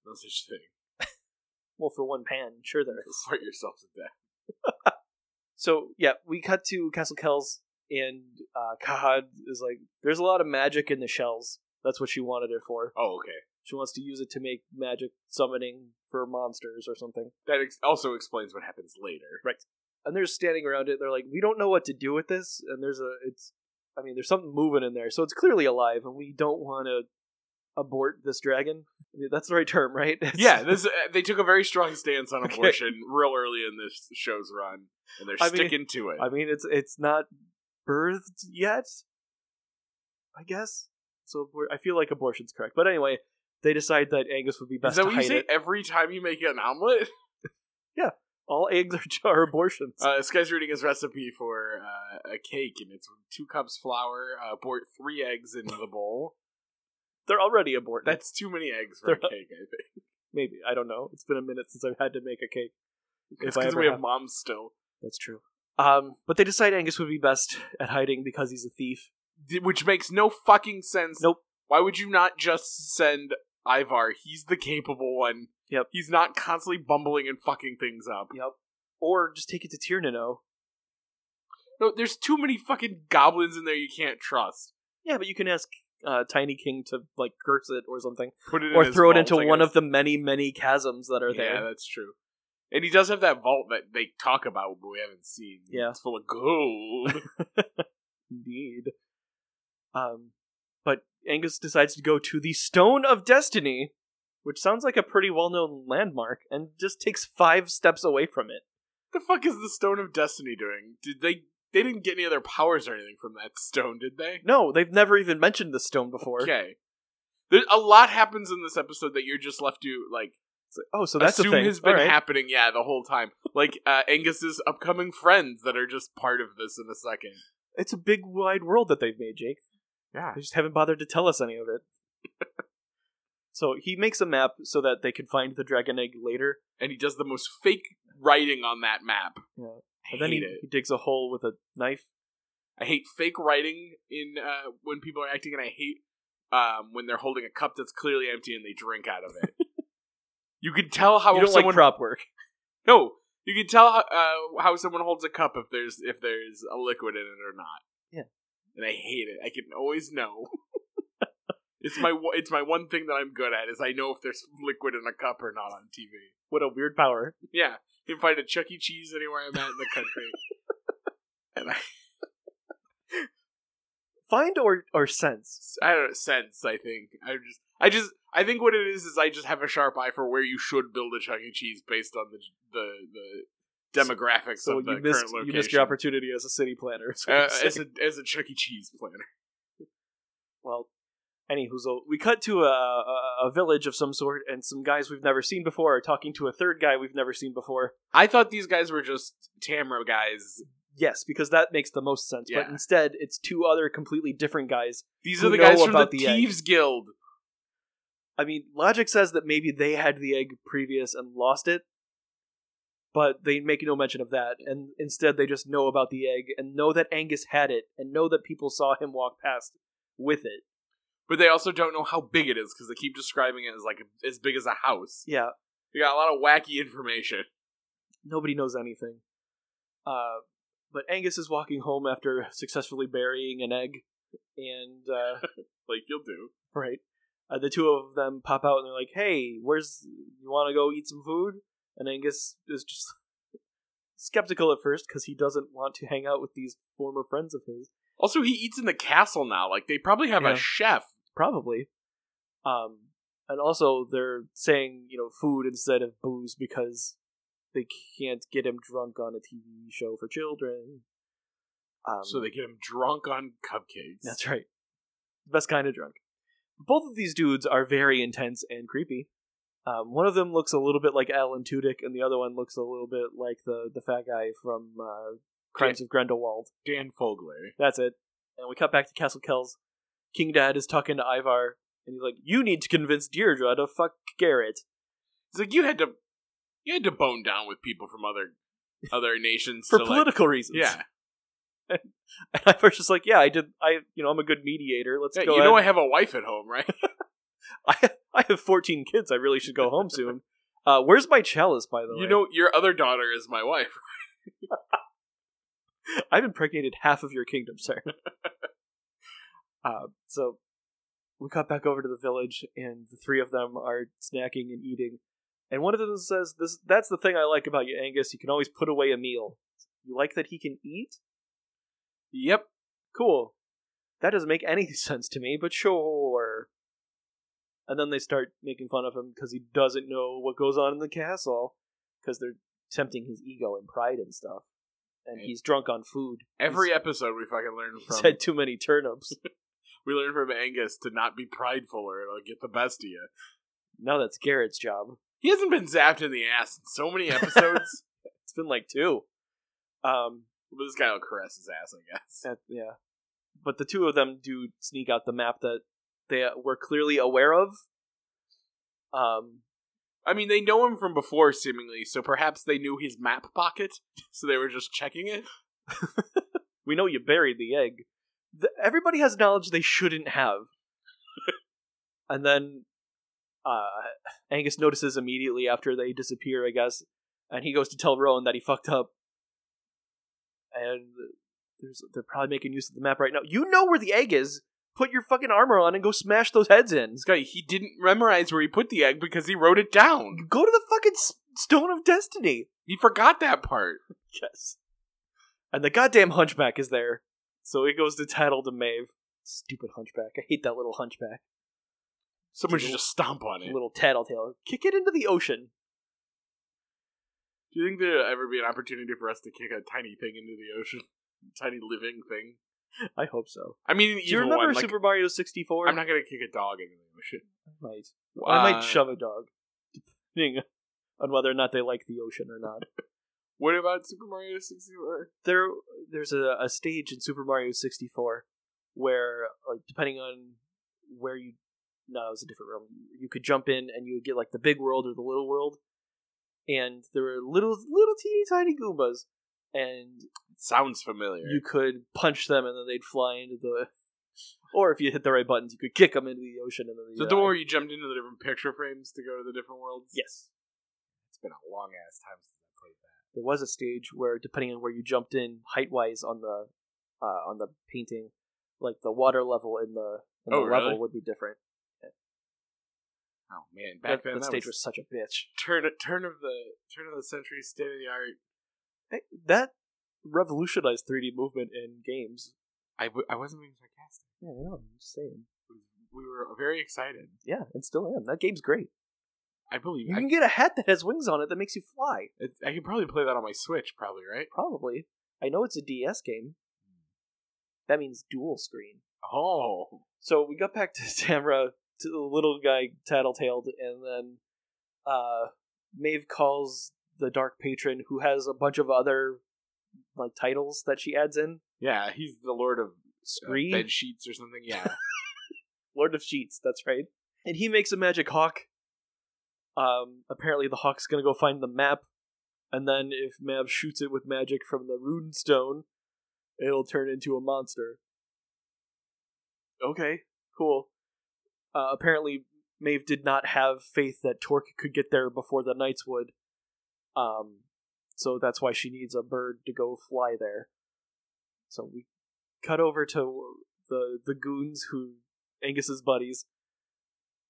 [SPEAKER 4] No such thing.
[SPEAKER 3] Well, for one pan, sure there is.
[SPEAKER 4] Fart yourself to death.
[SPEAKER 3] So yeah, we cut to Castle Kells, and uh, Kahad is like, "There's a lot of magic in the shells. That's what she wanted it for.
[SPEAKER 4] Oh, okay.
[SPEAKER 3] She wants to use it to make magic summoning for monsters or something."
[SPEAKER 4] That ex- also explains what happens later.
[SPEAKER 3] and they're just standing around it. They're like, we don't know what to do with this, and there's a, it's, I mean, there's something moving in there, so it's clearly alive, and we don't want to abort this dragon. I mean, that's the right term, right? It's-
[SPEAKER 4] Yeah, this uh, they took a very strong stance on
[SPEAKER 3] Okay.
[SPEAKER 4] abortion real early in this show's run, and they're
[SPEAKER 3] I mean-
[SPEAKER 4] sticking to it.
[SPEAKER 3] I mean, it's it's not birthed yet, I guess. So we're- I feel like abortion's correct, but anyway, they decide that Angus would be best
[SPEAKER 4] Is that
[SPEAKER 3] to
[SPEAKER 4] what you
[SPEAKER 3] hide
[SPEAKER 4] say
[SPEAKER 3] it.
[SPEAKER 4] every time you make an omelet?
[SPEAKER 3] All eggs are, are abortions.
[SPEAKER 4] Uh, this guy's reading his recipe for uh, a cake, and it's two cups flour, uh, abort three eggs into the bowl.
[SPEAKER 3] They're already aborted.
[SPEAKER 4] That's too many eggs for a
[SPEAKER 3] They're-
[SPEAKER 4] cake, I think.
[SPEAKER 3] Maybe I don't know. It's been a minute since I've had to make a cake. If
[SPEAKER 4] It's
[SPEAKER 3] I
[SPEAKER 4] because
[SPEAKER 3] ever
[SPEAKER 4] we have,
[SPEAKER 3] have-
[SPEAKER 4] moms still.
[SPEAKER 3] That's true. Um, but they decide Angus would be best at hiding because he's a thief.
[SPEAKER 4] Th- Which makes no fucking sense.
[SPEAKER 3] Nope.
[SPEAKER 4] Why would you not just send Ivar? He's the capable one.
[SPEAKER 3] Yep.
[SPEAKER 4] He's not constantly bumbling and fucking things up.
[SPEAKER 3] Yep. Or just take it to Tirnano.
[SPEAKER 4] No, there's too many fucking goblins in there you can't trust.
[SPEAKER 3] Yeah, but you can ask uh, Tiny King to like curse it or something,
[SPEAKER 4] Put it in
[SPEAKER 3] or
[SPEAKER 4] his
[SPEAKER 3] throw it
[SPEAKER 4] vault,
[SPEAKER 3] into
[SPEAKER 4] I
[SPEAKER 3] one
[SPEAKER 4] guess.
[SPEAKER 3] of the many many chasms that are
[SPEAKER 4] Yeah,
[SPEAKER 3] there.
[SPEAKER 4] that's true. And he does have that vault that they talk about, but we haven't seen.
[SPEAKER 3] Yeah.
[SPEAKER 4] it's full of gold.
[SPEAKER 3] Indeed. Um, but Angus decides to go to the Stone of Destiny, which sounds like a pretty well known landmark, and just takes five steps away from it.
[SPEAKER 4] the fuck is the Stone of Destiny doing? Did they? They didn't get any other powers or anything from that stone, did they?
[SPEAKER 3] No, they've never even mentioned the stone before.
[SPEAKER 4] Okay. There, a lot happens in this episode that you're just left to like
[SPEAKER 3] It's like, oh, so that's
[SPEAKER 4] assume
[SPEAKER 3] a thing.
[SPEAKER 4] has
[SPEAKER 3] All
[SPEAKER 4] been
[SPEAKER 3] right.
[SPEAKER 4] happening. Yeah, the whole time. Like uh, Angus's upcoming friends that are just part of this in a second.
[SPEAKER 3] It's a big wide world that they've made, Jake.
[SPEAKER 4] Yeah.
[SPEAKER 3] They just haven't bothered to tell us any of it. so he makes a map so that they can find the dragon egg later.
[SPEAKER 4] And he does the most fake writing on that map.
[SPEAKER 3] Yeah.
[SPEAKER 4] I
[SPEAKER 3] And then
[SPEAKER 4] hate
[SPEAKER 3] he,
[SPEAKER 4] it.
[SPEAKER 3] he digs a hole with a knife.
[SPEAKER 4] I hate fake writing in uh, when people are acting, and I hate um, when they're holding a cup that's clearly empty and they drink out of it. you could tell how
[SPEAKER 3] you don't like
[SPEAKER 4] someone
[SPEAKER 3] prop work.
[SPEAKER 4] no, you could tell how, uh, how someone holds a cup if there's if there's a liquid in it or not.
[SPEAKER 3] Yeah.
[SPEAKER 4] and I hate it. I can always know. it's my one- it's my one thing that I'm good at is I know if there's liquid in a cup or not on TV.
[SPEAKER 3] What a weird power.
[SPEAKER 4] Yeah, you can find a Chuck E. Cheese anywhere I'm at in the country. and I,
[SPEAKER 3] Find or, or sense.
[SPEAKER 4] I don't know, sense. I think I just, I just, I think what it is is I just have a sharp eye for where you should build a Chuck E. Cheese based on the the the demographics
[SPEAKER 3] So
[SPEAKER 4] of the
[SPEAKER 3] you missed,
[SPEAKER 4] current
[SPEAKER 3] you
[SPEAKER 4] location.
[SPEAKER 3] missed your opportunity as a city planner. is what
[SPEAKER 4] Uh,
[SPEAKER 3] I'm saying.
[SPEAKER 4] as a as a Chuck E. Cheese planner.
[SPEAKER 3] well, anywho's, oh, we cut to a, a, a village of some sort, and some guys we've never seen before are talking to a third guy we've never seen before.
[SPEAKER 4] I thought these guys were just Tamra guys.
[SPEAKER 3] Yes, because that makes the most sense.
[SPEAKER 4] Yeah.
[SPEAKER 3] But instead, it's two other completely different guys.
[SPEAKER 4] These
[SPEAKER 3] Who
[SPEAKER 4] are the
[SPEAKER 3] know
[SPEAKER 4] guys from the,
[SPEAKER 3] about the egg.
[SPEAKER 4] Thieves Guild.
[SPEAKER 3] I mean, logic says that maybe they had the egg previous and lost it, but they make no mention of that. And instead, they just know about the egg and know that Angus had it and know that people saw him walk past with it.
[SPEAKER 4] But they also don't know how big it is because they keep describing it as like as big as a house.
[SPEAKER 3] Yeah,
[SPEAKER 4] You got a lot of wacky information.
[SPEAKER 3] nobody knows anything. Uh, but Angus is walking home after successfully burying an egg, and uh,
[SPEAKER 4] Like you'll do.
[SPEAKER 3] Right. Uh, the two of them pop out and they're like, "Hey, where's you want to go eat some food?" And Angus is just skeptical at first because he doesn't want to hang out with these former friends of his,
[SPEAKER 4] Also, he eats in the castle now. Like they probably have
[SPEAKER 3] Yeah.
[SPEAKER 4] a chef.
[SPEAKER 3] probably. Um, and also they're saying you know food instead of booze because they can't get him drunk on a TV show for children. Um,
[SPEAKER 4] so they get him drunk on cupcakes.
[SPEAKER 3] that's right, best kind of drunk. both of these dudes are very intense and creepy. Um, one of them looks a little bit like Alan Tudyk, and the other one looks a little bit like the the fat guy from uh, Crimes of Grindelwald.
[SPEAKER 4] Dan Fogler.
[SPEAKER 3] That's it. And we cut back to Castle Kells. King Dad is talking to Ivar, and he's like, "You need to convince Deirdre to fuck Garrett."
[SPEAKER 4] It's like you had to, you had to bone down with people from other, other nations
[SPEAKER 3] For
[SPEAKER 4] to, like-
[SPEAKER 3] political reasons.
[SPEAKER 4] yeah.
[SPEAKER 3] And Ivar's just like, yeah, I did I you know, I'm a good mediator. Let's
[SPEAKER 4] Yeah,
[SPEAKER 3] go.
[SPEAKER 4] you know I
[SPEAKER 3] ahead."
[SPEAKER 4] have a wife at home, right?
[SPEAKER 3] I, I have fourteen kids, I really should go home soon. Uh, where's my chalice, by the way?
[SPEAKER 4] you know your other daughter is my wife.
[SPEAKER 3] I've impregnated half of your kingdom, sir. uh, so we cut back over to the village, and the three of them are snacking and eating. And one of them says, "This that's the thing I like about you, Angus. You can always put away a meal. You like that he can eat?
[SPEAKER 4] Yep.
[SPEAKER 3] Cool. That doesn't make any sense to me, but sure." And then they start making fun of him because he doesn't know what goes on in the castle, because they're tempting his ego and pride and stuff. And
[SPEAKER 4] Right.
[SPEAKER 3] he's drunk on food.
[SPEAKER 4] Every episode we fucking learn
[SPEAKER 3] He's
[SPEAKER 4] from
[SPEAKER 3] had too many turnips.
[SPEAKER 4] we learn from Angus to not be prideful or it'll get the best of you.
[SPEAKER 3] now that's Garrett's job.
[SPEAKER 4] He hasn't been zapped in the ass in so many episodes.
[SPEAKER 3] It's been like two. Um,
[SPEAKER 4] but this guy will caress his ass, I guess.
[SPEAKER 3] that- yeah, but the two of them do sneak out the map that they uh, were clearly aware of. Um,
[SPEAKER 4] I mean, they know him from before, seemingly, so perhaps they knew his map pocket, so they were just checking it.
[SPEAKER 3] we know you buried the egg. The, everybody has knowledge they shouldn't have. and then uh, Angus notices immediately after they disappear, I guess, and he goes to tell Rowan that he fucked up. And there's, they're probably making use of the map right now. You know where the egg is. put your fucking armor on and go smash those heads in.
[SPEAKER 4] This guy, he didn't memorize where he put the egg because he wrote it down.
[SPEAKER 3] Go to the fucking S- Stone of Destiny.
[SPEAKER 4] He forgot that part.
[SPEAKER 3] Yes. And the goddamn hunchback is there. So he goes to tattle to Maeve. Stupid hunchback. I hate that little hunchback.
[SPEAKER 4] Someone should just stomp on it.
[SPEAKER 3] Little tattletale. Kick it into the ocean.
[SPEAKER 4] Do you think there'll ever be an opportunity for us to kick a tiny thing into the ocean? Tiny living thing?
[SPEAKER 3] I hope so.
[SPEAKER 4] I mean, an
[SPEAKER 3] Do you
[SPEAKER 4] evil
[SPEAKER 3] remember
[SPEAKER 4] one. Like,
[SPEAKER 3] Super Mario 64?
[SPEAKER 4] I'm not gonna kick a dog into the ocean.
[SPEAKER 3] Might. I
[SPEAKER 4] Uh,
[SPEAKER 3] might shove a dog. Depending on whether or not they like the ocean or not.
[SPEAKER 4] What about Super Mario 64?
[SPEAKER 3] there there's a, a stage in Super Mario 64 where like depending on where you no it was a different realm you could jump in and you would get like the big world or the little world and there were little little teeny tiny goombas and
[SPEAKER 4] Sounds familiar.
[SPEAKER 3] you could punch them and then they'd fly into the or if you hit the right buttons you could kick them into the ocean and then
[SPEAKER 4] Is that
[SPEAKER 3] they'd die.
[SPEAKER 4] the one where you jumped into the different picture frames to go to the different worlds?
[SPEAKER 3] yes
[SPEAKER 4] It's been a long ass time since I played that.
[SPEAKER 3] there was a stage where depending on where you jumped in height wise on the uh, on the painting like the water level in the, in
[SPEAKER 4] Oh,
[SPEAKER 3] the
[SPEAKER 4] really?
[SPEAKER 3] level would be different
[SPEAKER 4] Oh man,
[SPEAKER 3] back that,
[SPEAKER 4] back then
[SPEAKER 3] that
[SPEAKER 4] that
[SPEAKER 3] stage was,
[SPEAKER 4] was,
[SPEAKER 3] such a bitch
[SPEAKER 4] turn turn of the turn of the century state of the art.
[SPEAKER 3] Hey, that revolutionized 3d movement in games
[SPEAKER 4] I, w- I wasn't being sarcastic.
[SPEAKER 3] yeah i know i'm just saying
[SPEAKER 4] We were very excited.
[SPEAKER 3] yeah and still am that game's great
[SPEAKER 4] I believe
[SPEAKER 3] you
[SPEAKER 4] I,
[SPEAKER 3] can get a hat that has wings on it that makes you fly
[SPEAKER 4] it- I could probably play that on my Switch, probably right.
[SPEAKER 3] probably i know it's a ds game
[SPEAKER 4] Hmm.
[SPEAKER 3] that means dual screen
[SPEAKER 4] Oh,
[SPEAKER 3] so we got back to Tamra, to the little guy tattletaled, and then uh, Maeve calls the Dark Patron, who has a bunch of other like titles that she adds in.
[SPEAKER 4] yeah, he's the Lord of uh,
[SPEAKER 3] Scree,
[SPEAKER 4] bed sheets or something. Yeah,
[SPEAKER 3] Lord of Sheets, that's right. And he makes a magic hawk. Um, apparently the hawk's gonna go find the map, and then if Mav shoots it with magic from the rune stone, it'll turn into a monster. Okay, cool. Uh, apparently Maeve did not have faith that Torque could get there before the knights would. Um, so that's why she needs a bird to go fly there. So we cut over to the the goons who Angus's buddies.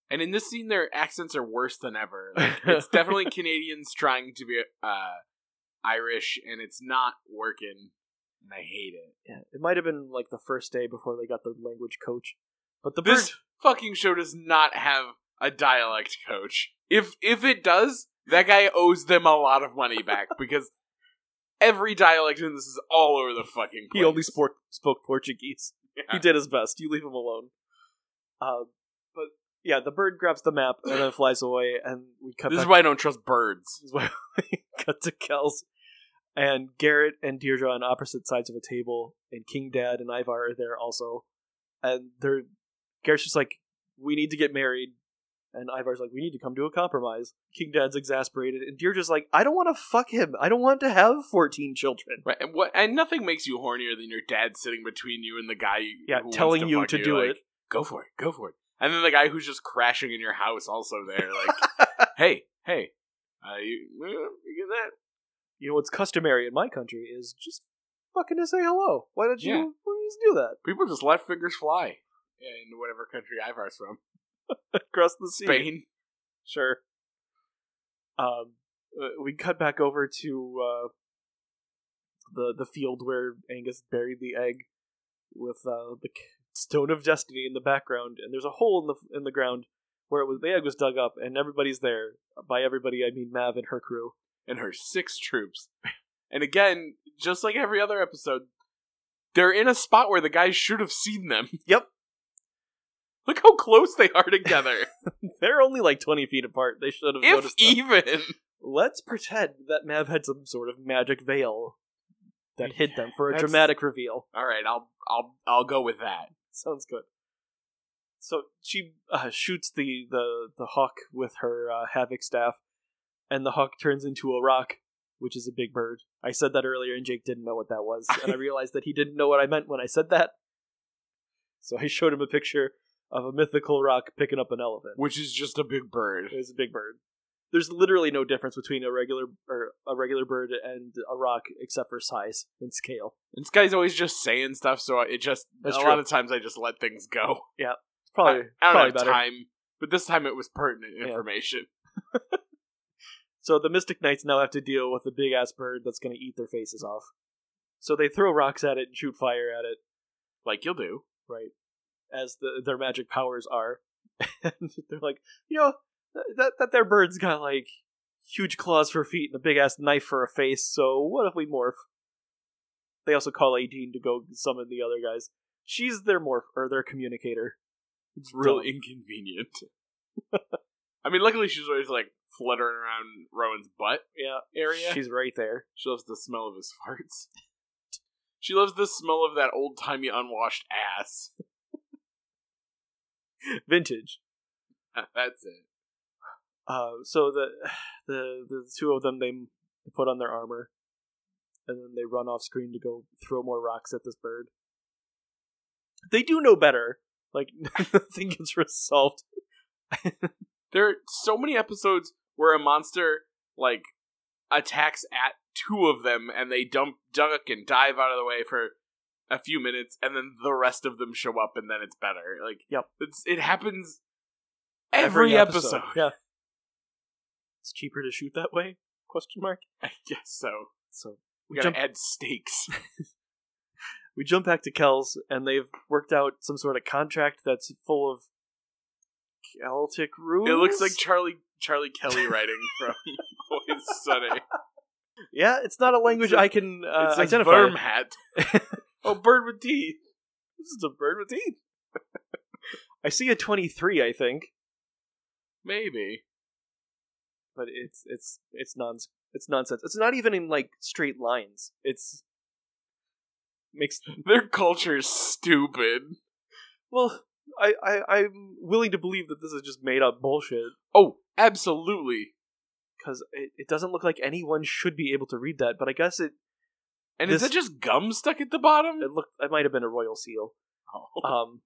[SPEAKER 4] and in this scene, their accents are worse than ever. Like, it's definitely Canadians trying to be uh, Irish, and it's not working. And I hate it.
[SPEAKER 3] Yeah, it might have been like the first day before they got the language coach, but the
[SPEAKER 4] This
[SPEAKER 3] bird.
[SPEAKER 4] fucking show does not have a dialect coach. If if it does, that guy owes them a lot of money back because every dialect in this is all over the fucking place. Ah.
[SPEAKER 3] He only sport, spoke Portuguese. He
[SPEAKER 4] Yeah.
[SPEAKER 3] did his best. You leave him alone. Uh, but yeah, the bird grabs the map and then flies away, and we cut.
[SPEAKER 4] This
[SPEAKER 3] back
[SPEAKER 4] is why I don't trust birds.
[SPEAKER 3] is why we cut to Kels. And Garrett and Deirdre on opposite sides of a table, and King Dad and Ivar are there also. And they're Garrett's just like, We need to get married and Ivar's like, We need to come to a compromise. King Dad's exasperated, and Deirdre's like, I don't wanna fuck him. I don't want to have fourteen children.
[SPEAKER 4] Right, and what and nothing makes you hornier than your dad sitting between you and the guy
[SPEAKER 3] Yeah,
[SPEAKER 4] who wants
[SPEAKER 3] telling
[SPEAKER 4] to
[SPEAKER 3] you
[SPEAKER 4] fuck
[SPEAKER 3] to do
[SPEAKER 4] like,
[SPEAKER 3] it.
[SPEAKER 4] Go for it, go for it. And then the guy who's just crashing in your house also there, like, hey, hey, uh, you, you get that?
[SPEAKER 3] You know what's customary in my country is just fucking to say hello. Why don't you
[SPEAKER 4] Yeah.
[SPEAKER 3] why don't you just do that?
[SPEAKER 4] People just let fingers fly in whatever country Ivar's from.
[SPEAKER 3] Across the sea.
[SPEAKER 4] Spain.
[SPEAKER 3] Sure. Um, uh, we cut back over to uh, the the field where Angus buried the egg, with uh, the c- stone of destiny in the background, and there's a hole in the in the ground where it was the egg was dug up, and everybody's there. By everybody, I mean Mav and her crew.
[SPEAKER 4] and her six troops. And again, just like every other episode, they're in a spot where the guys should have seen them.
[SPEAKER 3] Yep.
[SPEAKER 4] Look how close they are together.
[SPEAKER 3] They're only like twenty feet apart. They should have
[SPEAKER 4] if
[SPEAKER 3] noticed. that.
[SPEAKER 4] even.
[SPEAKER 3] Let's pretend that Mav had some sort of magic veil that hid them for a
[SPEAKER 4] That's-
[SPEAKER 3] dramatic reveal.
[SPEAKER 4] All right, I'll I'll I'll go with that.
[SPEAKER 3] Sounds good. So she uh, shoots the, the, the hawk with her uh, havoc staff, and the hawk turns into a rock, which is a big bird. I said that earlier, and Jake didn't know what that was, and I realized that he didn't know what I meant when I said that. So I showed him a picture of a mythical rock picking up an elephant.
[SPEAKER 4] Which is just a big bird.
[SPEAKER 3] It was a big bird. there's literally no difference between a regular or a regular bird and a rock except for size and scale.
[SPEAKER 4] This guy's always just saying stuff, so it just
[SPEAKER 3] That's
[SPEAKER 4] a
[SPEAKER 3] true.
[SPEAKER 4] lot of times I just let things go.
[SPEAKER 3] It's probably
[SPEAKER 4] I, I don't
[SPEAKER 3] probably
[SPEAKER 4] have
[SPEAKER 3] better.
[SPEAKER 4] time, but this time it was pertinent
[SPEAKER 3] Yeah.
[SPEAKER 4] information.
[SPEAKER 3] So the Mystic Knights now have to deal with a big ass bird that's going to eat their faces off. So they throw rocks at it and shoot fire at it,
[SPEAKER 4] Like you'll do.
[SPEAKER 3] right? As the their magic powers are, and they're like, you know, th- that that their bird's got like huge claws for feet and a big ass knife for a face. So what if we morph? They also call Aideen to go summon the other guys. She's their morph or their communicator.
[SPEAKER 4] It's real
[SPEAKER 3] dumb.
[SPEAKER 4] inconvenient. I mean, luckily she's always like fluttering around Rowan's butt
[SPEAKER 3] Yeah,
[SPEAKER 4] area.
[SPEAKER 3] she's right there.
[SPEAKER 4] she loves the smell of his farts. She loves the smell of that old timey unwashed ass.
[SPEAKER 3] Vintage.
[SPEAKER 4] That's it.
[SPEAKER 3] Uh, so the the the two of them they put on their armor, and then they run off screen to go throw more rocks at this bird. They do know better. Like nothing gets resolved.
[SPEAKER 4] There are so many episodes where a monster like attacks at two of them, and they dump, duck, and dive out of the way for a few minutes, and then the rest of them show up, and then it's better. Like,
[SPEAKER 3] Yep.
[SPEAKER 4] it's it happens every, episode.
[SPEAKER 3] Yeah. It's cheaper to shoot that way? Question mark.
[SPEAKER 4] I guess so.
[SPEAKER 3] So
[SPEAKER 4] We
[SPEAKER 3] we
[SPEAKER 4] gotta
[SPEAKER 3] jump
[SPEAKER 4] add stakes.
[SPEAKER 3] we jump back to Kells, and they've worked out some sort of contract that's full of Celtic rules.
[SPEAKER 4] it looks like Charlie Charlie Kelly writing from Always Sunny.
[SPEAKER 3] yeah, it's not a language
[SPEAKER 4] a-
[SPEAKER 3] I can uh,
[SPEAKER 4] it's a
[SPEAKER 3] identify.
[SPEAKER 4] verm hat. oh, bird with teeth.
[SPEAKER 3] This is a bird with teeth. I see a twenty-three, I think,
[SPEAKER 4] Maybe.
[SPEAKER 3] but it's it's it's non it's nonsense. It's not even in like straight lines. It's makes
[SPEAKER 4] Their culture is stupid.
[SPEAKER 3] well. I, I I'm willing to believe that this is just made up bullshit
[SPEAKER 4] Oh, absolutely.
[SPEAKER 3] because it, it doesn't look like anyone should be able to read that. But I guess it
[SPEAKER 4] And is
[SPEAKER 3] This-
[SPEAKER 4] it just gum stuck at the bottom?
[SPEAKER 3] it looked it might have been a royal seal.
[SPEAKER 4] Oh.
[SPEAKER 3] Um,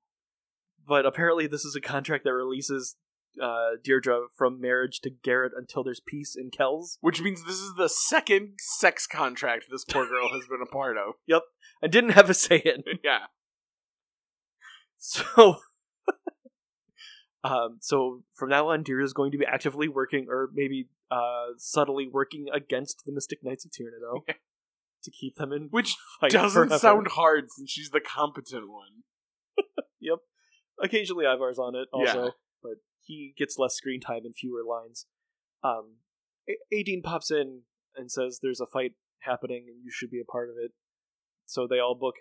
[SPEAKER 3] but apparently this is a contract that releases uh, Deirdre from marriage to Garrett until there's peace in Kells.
[SPEAKER 4] Which means this is the second sex contract this poor girl has been a part of.
[SPEAKER 3] I didn't have a say in.
[SPEAKER 4] yeah.
[SPEAKER 3] So, um, so from now on, Deirdre is going to be actively working, or maybe uh, subtly working against the Mystic Knights of Tyrannodon to keep them in.
[SPEAKER 4] Which
[SPEAKER 3] fight
[SPEAKER 4] doesn't
[SPEAKER 3] forever.
[SPEAKER 4] sound hard since she's the competent one.
[SPEAKER 3] Occasionally, Ivar's on it also,
[SPEAKER 4] Yeah.
[SPEAKER 3] but he gets less screen time and fewer lines. Um, A- Adine pops in and says, "There's a fight happening, and you should be a part of it." So they all book,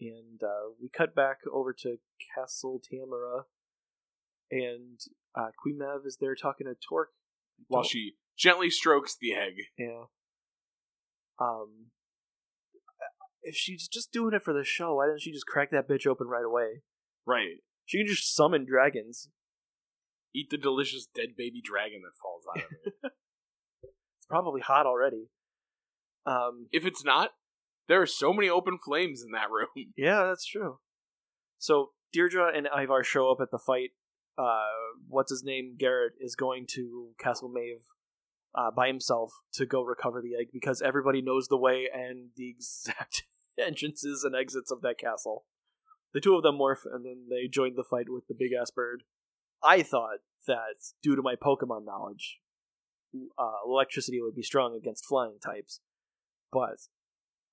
[SPEAKER 3] and uh, we cut back over to Castle Tamara, and uh, Queen Mav is there talking to Torque.
[SPEAKER 4] While she gently strokes the egg.
[SPEAKER 3] Yeah. Um, if she's just doing it for the show, why didn't she just crack that bitch open right away?
[SPEAKER 4] Right.
[SPEAKER 3] She can just summon dragons.
[SPEAKER 4] Eat the delicious dead baby dragon that falls out of it.
[SPEAKER 3] It's probably hot already. Um,
[SPEAKER 4] if it's not, there are so many open flames in that room.
[SPEAKER 3] yeah, that's true. So Deirdre and Ivar show up at the fight. Uh, what's his name? Garrett is going to Castle Maeve uh, by himself to go recover the egg because everybody knows the way and the exact entrances and exits of that castle. The two of them morph and then they join the fight with the big ass bird. I thought that due to my Pokemon knowledge, uh, electricity would be strong against flying types, but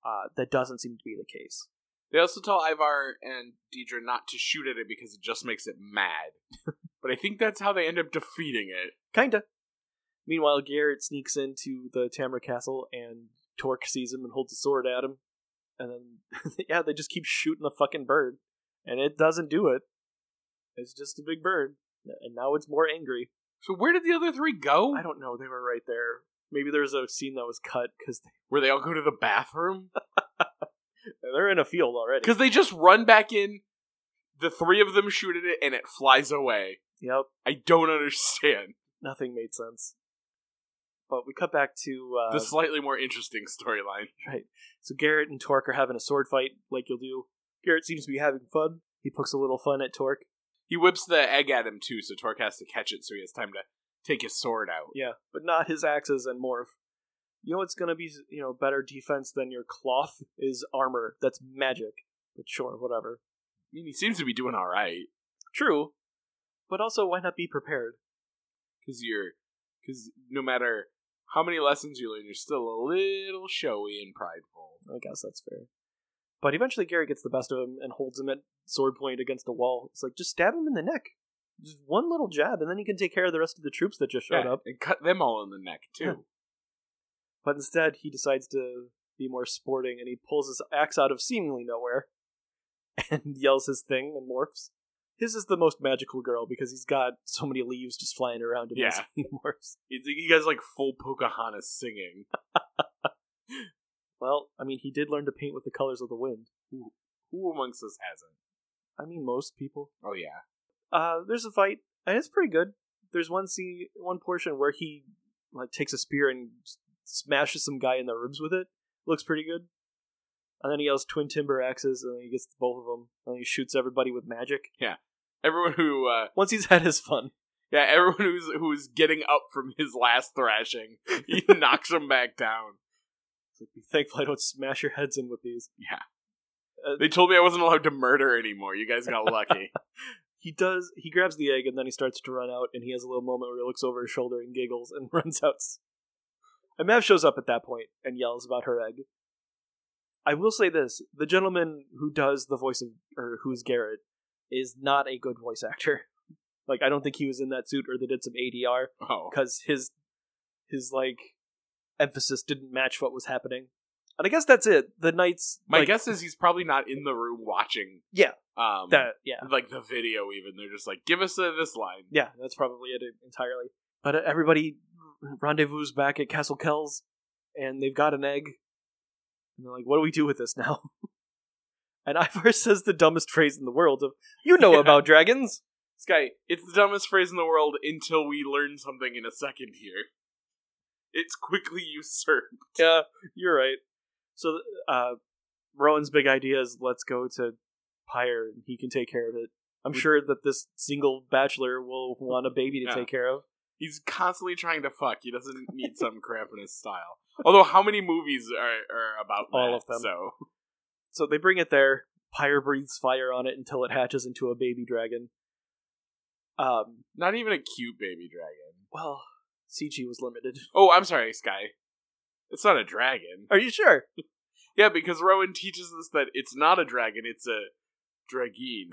[SPEAKER 3] uh, that doesn't seem to be the case.
[SPEAKER 4] They also tell Ivar and Deidre not to shoot at it because it just makes it mad. but I think that's how they end up defeating it.
[SPEAKER 3] Kinda. Meanwhile, Garrett sneaks into the Tamra Castle and Torque sees him and holds a sword at him. And then, yeah, they just keep shooting the fucking bird. And it doesn't do it. It's just a big bird. And now it's more angry.
[SPEAKER 4] So where did the other three go?
[SPEAKER 3] I don't know. They were right there. Maybe there's a scene that was cut because
[SPEAKER 4] Where they all go to the bathroom?
[SPEAKER 3] they're in a field already.
[SPEAKER 4] Because they just run back in, the three of them shoot at it, and it flies away.
[SPEAKER 3] Yep.
[SPEAKER 4] I don't understand.
[SPEAKER 3] Nothing made sense. But we cut back to. Uh,
[SPEAKER 4] The slightly more interesting storyline.
[SPEAKER 3] Right. So Garrett and Torque are having a sword fight, like you'll do. Garrett seems to be having fun. He pokes a little fun at Torque.
[SPEAKER 4] He whips the egg at him too, so Torque has to catch it so he has time to take his sword out.
[SPEAKER 3] Yeah, but not his axes and morph. You know what's gonna be you know better defense than your cloth is armor. That's magic. But sure, whatever.
[SPEAKER 4] I mean, he seems to be doing all right
[SPEAKER 3] True, but also why not be prepared?
[SPEAKER 4] because you're because no matter how many lessons you learn, you're still a little showy and prideful.
[SPEAKER 3] I guess that's fair. But eventually, Gary gets the best of him and holds him at sword point against a wall. It's like just stab him in the neck, just one little jab, and then you can take care of the rest of the troops that just showed
[SPEAKER 4] Yeah,
[SPEAKER 3] up.
[SPEAKER 4] and cut them all in the neck too.
[SPEAKER 3] Yeah. But instead, he decides to be more sporting and he pulls his axe out of seemingly nowhere and yells his thing and morphs. His is the most magical girl because he's got so many leaves just flying around him as
[SPEAKER 4] Yeah.
[SPEAKER 3] he morphs.
[SPEAKER 4] It's like- He guys like full Pocahontas singing.
[SPEAKER 3] Well, I mean, he did learn to paint with the colors of the wind.
[SPEAKER 4] Who amongst us hasn't?
[SPEAKER 3] I mean, most people.
[SPEAKER 4] Oh yeah,
[SPEAKER 3] Uh, there's a fight, and it's pretty good. There's one scene, one portion where he like takes a spear and s- smashes some guy in the ribs with it. Looks pretty good. And then he yells twin timber axes, and he gets both of them, and he shoots everybody with magic.
[SPEAKER 4] everyone who uh,
[SPEAKER 3] once he's had his fun.
[SPEAKER 4] yeah everyone who's who's getting up from his last thrashing, he knocks them back down.
[SPEAKER 3] It's like, be thankful I don't smash your heads in with these.
[SPEAKER 4] Yeah.
[SPEAKER 3] Uh,
[SPEAKER 4] They told me I wasn't allowed to murder anymore. You guys got lucky.
[SPEAKER 3] he does. He grabs the egg and then he starts to run out, and he has a little moment where he looks over his shoulder and giggles and runs out. And Mav shows up at that point and yells about her egg. I will say this: the gentleman who does the voice of or who's Garrett is not a good voice actor. Like I don't think he was in that suit, or they did some ADR
[SPEAKER 4] oh,
[SPEAKER 3] because his his like emphasis didn't match what was happening. And I guess that's it. The knights.
[SPEAKER 4] my
[SPEAKER 3] like,
[SPEAKER 4] guess is he's probably not in the room watching.
[SPEAKER 3] Yeah.
[SPEAKER 4] um,
[SPEAKER 3] that yeah
[SPEAKER 4] like the video. Even they're just like, give us uh, this line.
[SPEAKER 3] yeah that's probably it entirely but uh, everybody rendezvous back at castle kells and they've got an egg and they're like what do we do with this now and ivar says the dumbest phrase in the world of you know
[SPEAKER 4] Yeah.
[SPEAKER 3] about dragons
[SPEAKER 4] This guy, it's the dumbest phrase in the world until we learn something in a second here. It's quickly usurped.
[SPEAKER 3] yeah you're right so uh rowan's big idea is let's go to pyre and he can take care of it i'm sure that this single bachelor will want a baby to
[SPEAKER 4] Yeah.
[SPEAKER 3] take care of
[SPEAKER 4] He's constantly trying to fuck. He doesn't need some cramp in his style. Although, how many movies are, are about
[SPEAKER 3] All
[SPEAKER 4] that?
[SPEAKER 3] of them.
[SPEAKER 4] So,
[SPEAKER 3] So they bring it there. Pyre breathes fire on it until it hatches into a baby dragon. Um,
[SPEAKER 4] not even a cute baby dragon.
[SPEAKER 3] well, CG was limited.
[SPEAKER 4] Oh, I'm sorry, Sky. It's not a dragon.
[SPEAKER 3] Are you sure?
[SPEAKER 4] Yeah, because Rowan teaches us that it's not a dragon. It's a dragoon.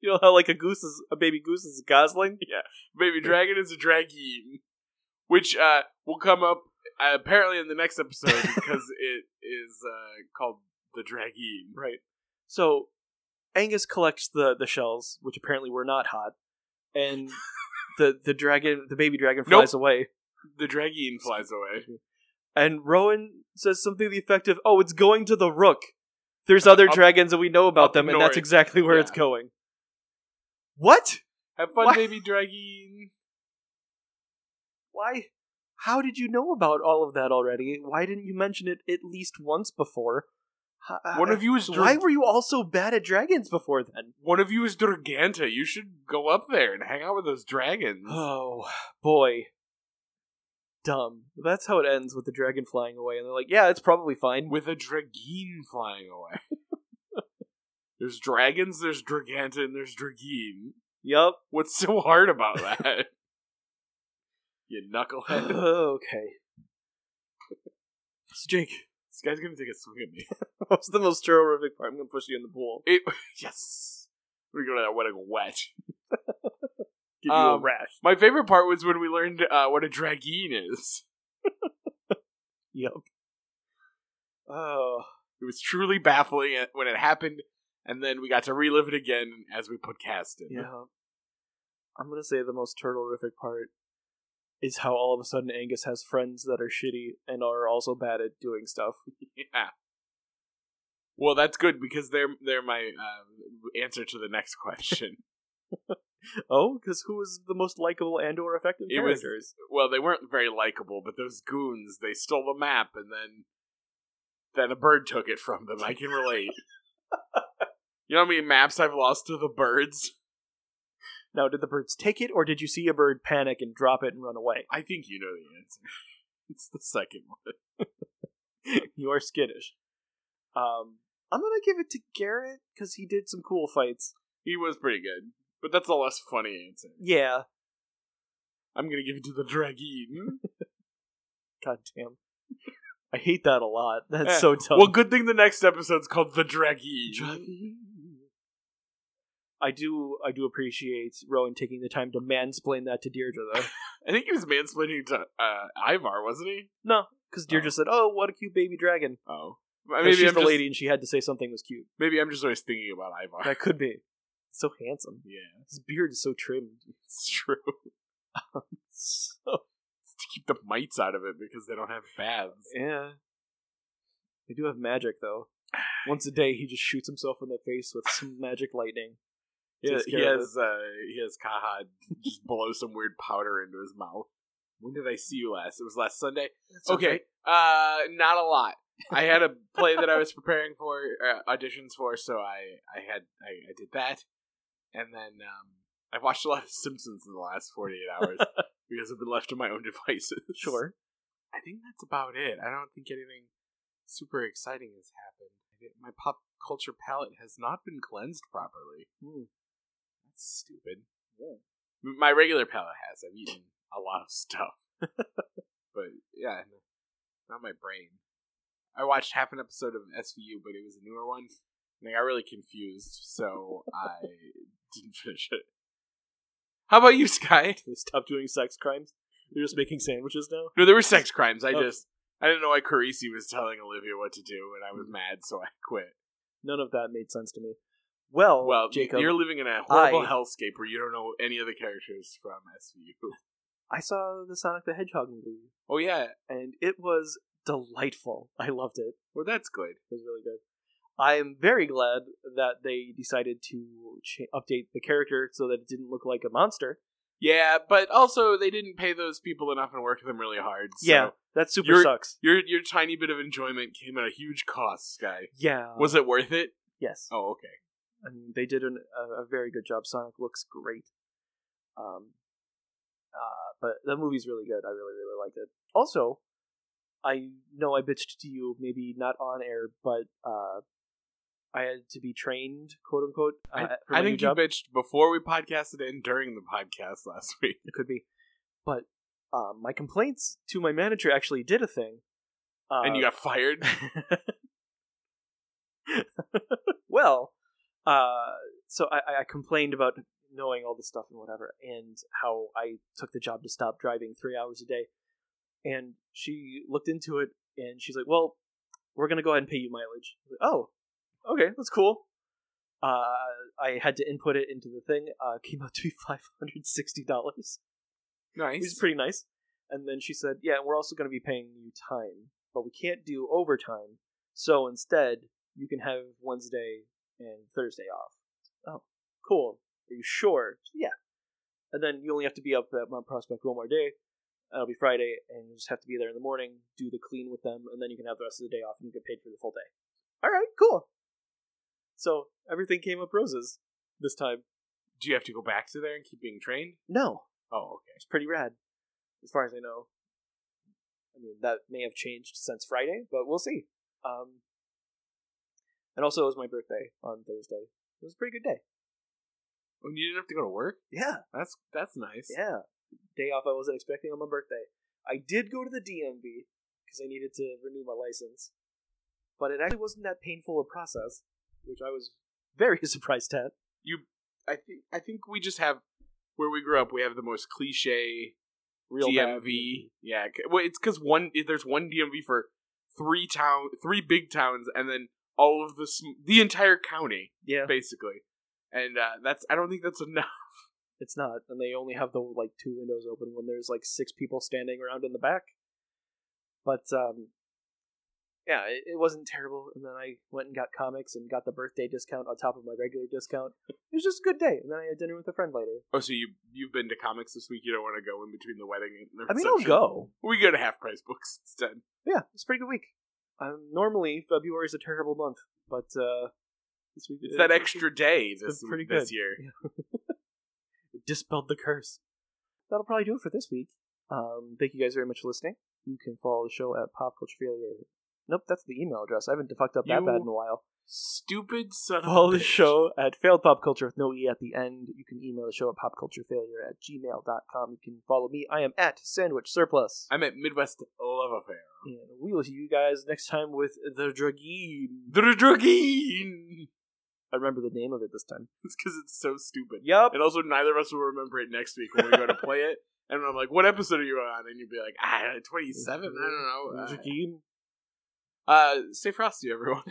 [SPEAKER 3] You know how like a goose is a baby goose is a gosling?
[SPEAKER 4] baby dragon is a dragoon, which uh, will come up uh, apparently in the next episode because it is uh, called the dragoon.
[SPEAKER 3] Right. So Angus collects the the shells, which apparently were not hot, and the the dragon the baby dragon
[SPEAKER 4] Nope.
[SPEAKER 3] flies away.
[SPEAKER 4] The dragoon flies away.
[SPEAKER 3] And Rowan says something to the effect of, "Oh, it's going to the rook. There's other
[SPEAKER 4] Up-
[SPEAKER 3] dragons and we know about
[SPEAKER 4] up
[SPEAKER 3] them, and
[SPEAKER 4] north.
[SPEAKER 3] that's exactly where it's
[SPEAKER 4] Yeah.
[SPEAKER 3] going." What?
[SPEAKER 4] Have fun,
[SPEAKER 3] What?
[SPEAKER 4] baby dragoon.
[SPEAKER 3] why how did you know about all of that already why didn't you mention it at least once before Ha-
[SPEAKER 4] One of you is
[SPEAKER 3] Uh, why
[SPEAKER 4] dra-
[SPEAKER 3] were you all so bad at dragons before then
[SPEAKER 4] one of you is Draganta. You should go up there and hang out with those dragons.
[SPEAKER 3] oh boy dumb that's how it ends with the dragon flying away and they're like yeah it's probably fine
[SPEAKER 4] with a dragoon flying away. there's dragons, there's Draganta, and there's dragoon.
[SPEAKER 3] yep
[SPEAKER 4] What's so hard about that? you knucklehead.
[SPEAKER 3] okay so jake
[SPEAKER 4] this guy's gonna take a swing at me.
[SPEAKER 3] what's the most terrific part i'm gonna push you in the pool
[SPEAKER 4] It, yes. We're going to that wedding wet.
[SPEAKER 3] give you a
[SPEAKER 4] Um,
[SPEAKER 3] rash
[SPEAKER 4] My favorite part was when we learned uh, what a dragoon is.
[SPEAKER 3] yep oh
[SPEAKER 4] It was truly baffling at- when it happened, and then we got to relive it again as we podcast it.
[SPEAKER 3] Yeah. Um, I'm gonna say the most turtlerific part is how all of a sudden Angus has friends that are shitty and are also bad at doing stuff.
[SPEAKER 4] Yeah. Well, that's good because they're they're my uh, answer to the next question.
[SPEAKER 3] Oh, because who was the most likable and or effective
[SPEAKER 4] It was-
[SPEAKER 3] characters?
[SPEAKER 4] well, they weren't very likable, but those goons they stole the map and then then a bird took it from them. I can relate. you know how many maps I've lost to the birds?
[SPEAKER 3] Now, did the birds take it, or did you see a bird panic and drop it and run away?
[SPEAKER 4] I think you know the answer. it's the second one.
[SPEAKER 3] you are skittish. Um, I'm gonna give it to Garrett because he did some cool fights.
[SPEAKER 4] He was pretty good, but that's a less funny answer.
[SPEAKER 3] Yeah,
[SPEAKER 4] I'm gonna give it to the dragoon.
[SPEAKER 3] goddamn. I hate that a lot. That's
[SPEAKER 4] Eh,
[SPEAKER 3] so tough.
[SPEAKER 4] well, good thing the next episode's called the dragoon.
[SPEAKER 3] I do, I do appreciate Rowan taking the time to mansplain that to Deirdre though,
[SPEAKER 4] I think he was mansplaining to uh, Ivar, wasn't he?
[SPEAKER 3] because Deirdre said, "Oh, what a cute baby dragon."
[SPEAKER 4] Oh,
[SPEAKER 3] 'Cause
[SPEAKER 4] maybe
[SPEAKER 3] she's
[SPEAKER 4] I'm
[SPEAKER 3] the
[SPEAKER 4] just,
[SPEAKER 3] lady, and she had to say something was cute.
[SPEAKER 4] Maybe I'm just always thinking about Ivar.
[SPEAKER 3] That could be. So handsome.
[SPEAKER 4] yeah,
[SPEAKER 3] His beard is so trimmed.
[SPEAKER 4] it's true.
[SPEAKER 3] So
[SPEAKER 4] It's to keep the mites out of it because they don't have baths.
[SPEAKER 3] yeah. They do have magic though. Once a day, he just shoots himself in the face with some magic lightning.
[SPEAKER 4] Yeah,
[SPEAKER 3] Takes
[SPEAKER 4] he
[SPEAKER 3] care of
[SPEAKER 4] has uh, he has Kaha just blow some weird powder into his mouth. When did I see you last? It was last Sunday. Okay, uh, not a lot. I had a play that I was preparing for uh, auditions for, so I I had I, I did that, and then um, I've watched a lot of Simpsons in the last forty eight hours because I've been left to my own devices.
[SPEAKER 3] Sure.
[SPEAKER 4] I think that's about it. I don't think anything super exciting has happened. My pop culture palette has not been cleansed properly. That's stupid. Yeah. My regular palate has. I've eaten a lot of stuff. but yeah, no- not my brain. I watched half an episode of SVU, but it was a newer one, and I got really confused, so I didn't finish it. How about you, Sky?
[SPEAKER 3] They stop doing sex crimes. They're just making sandwiches now.
[SPEAKER 4] No, there were sex crimes. I
[SPEAKER 3] Oh.
[SPEAKER 4] just I didn't know why Carisi was telling Olivia what to do, and I
[SPEAKER 3] Mm.
[SPEAKER 4] was mad, so I quit.
[SPEAKER 3] None of that made sense to me. Well,
[SPEAKER 4] Well,
[SPEAKER 3] Jacob,
[SPEAKER 4] you're living in a horrible
[SPEAKER 3] I-
[SPEAKER 4] hellscape where you don't know any of the characters from SVU.
[SPEAKER 3] I saw the Sonic the Hedgehog movie,
[SPEAKER 4] Oh yeah,
[SPEAKER 3] and it was delightful. I loved it.
[SPEAKER 4] well that's good.
[SPEAKER 3] It was really good. I am very glad that they decided to cha- update the character so that it didn't look like a monster.
[SPEAKER 4] Yeah, but also they didn't pay those people enough and work them really hard. So
[SPEAKER 3] Yeah. That super
[SPEAKER 4] You're-
[SPEAKER 3] sucks.
[SPEAKER 4] your your tiny bit of enjoyment came at a huge cost, Sky.
[SPEAKER 3] Yeah.
[SPEAKER 4] Was it worth it?
[SPEAKER 3] yes.
[SPEAKER 4] Oh, okay.
[SPEAKER 3] I mean, they did an, a, a very good job. Sonic looks great. Um, uh, but the movie's really good. I really, really liked it. Also, I know I bitched to you, maybe not on air, but uh, I had to be trained, quote unquote, uh, for my
[SPEAKER 4] I
[SPEAKER 3] new
[SPEAKER 4] think you
[SPEAKER 3] job.
[SPEAKER 4] bitched before we podcasted and during the podcast last week.
[SPEAKER 3] it could be. But um, my complaints to my manager actually did a thing. Uh,
[SPEAKER 4] and you got fired.
[SPEAKER 3] well, uh, so I, I- I complained about knowing all this stuff and whatever, and how I took the job to stop driving three hours a day. And she looked into it, and she's like, "Well, we're gonna go ahead and pay you mileage." I was like, oh, okay, that's cool. Uh, I had to input it into the thing. Uh, came out to be five hundred sixty dollars.
[SPEAKER 4] nice.
[SPEAKER 3] It was pretty nice. And then she said, "Yeah, we're also going to be paying you time, but we can't do overtime. So instead, you can have Wednesday and Thursday off." Oh, cool. Are you sure? She said, yeah. And then you only have to be up at Mount Prospect one more day. That'll be Friday, and you just have to be there in the morning, do the clean with them, and then you can have the rest of the day off and get paid for the full day. All right, cool. So everything came up roses this time.
[SPEAKER 4] Do you have to go back to there and keep being trained?
[SPEAKER 3] No,
[SPEAKER 4] Oh, okay.
[SPEAKER 3] it's pretty rad, as far as I know. I mean, that may have changed since Friday, but we'll see. Um, and also, it was my birthday on Thursday. It was a pretty good day.
[SPEAKER 4] Well, you didn't have to go to work.
[SPEAKER 3] Yeah,
[SPEAKER 4] That's that's nice.
[SPEAKER 3] yeah. Day off I wasn't expecting on my birthday. I did go to the DMV because I needed to renew my license, but it actually wasn't that painful a process, which I was very surprised at.
[SPEAKER 4] You, I think I think we just have where we grew up. We have the most cliche
[SPEAKER 3] Real bad.
[SPEAKER 4] DMV. Yeah, c- well, it's because one there's one DMV for three town, three big towns, and then all of the sm- the entire county
[SPEAKER 3] Yeah,
[SPEAKER 4] basically. And uh, that's I don't think that's enough.
[SPEAKER 3] it's not, and they only have the like two windows open when there's like six people standing around in the back. But um, yeah, it, it wasn't terrible. And then I went and got comics and got the birthday discount on top of my regular discount. It was just a good day. And then I had dinner with a friend later.
[SPEAKER 4] Oh, so you you've been to comics this week? You don't want to go in between the wedding and the
[SPEAKER 3] I mean, I'll
[SPEAKER 4] reception?
[SPEAKER 3] go.
[SPEAKER 4] We go to half price books instead.
[SPEAKER 3] Yeah, it's a pretty good week. Um, normally February's a terrible month, but uh, this week
[SPEAKER 4] It's that extra day this
[SPEAKER 3] That's pretty
[SPEAKER 4] this
[SPEAKER 3] good.
[SPEAKER 4] year.
[SPEAKER 3] it dispelled the curse. That'll probably do it for this week. Um, thank you guys very much for listening. You can follow the show at Pop Culture Failure. Nope, that's the email address. I haven't fucked up that
[SPEAKER 4] You-
[SPEAKER 3] bad in a while.
[SPEAKER 4] Stupid son of
[SPEAKER 3] Follow
[SPEAKER 4] a
[SPEAKER 3] the
[SPEAKER 4] bitch.
[SPEAKER 3] show at Failed Pop Culture with no E at the end. You can email the show at popculturefailure at gmail.com. You can follow me. I am at Sandwich Surplus.
[SPEAKER 4] I'm at Midwest Love Affair.
[SPEAKER 3] And we will see you guys next time with The Dragine.
[SPEAKER 4] The Drugine!
[SPEAKER 3] I remember the name of it this time.
[SPEAKER 4] It's because it's so stupid.
[SPEAKER 3] Yup.
[SPEAKER 4] And also, neither of us will remember it next week when we go to play it. And I'm like, what episode are you on? And you'd be like, ah, 27? I don't know. Uh,
[SPEAKER 3] Dragine.
[SPEAKER 4] Uh, stay frosty, everyone.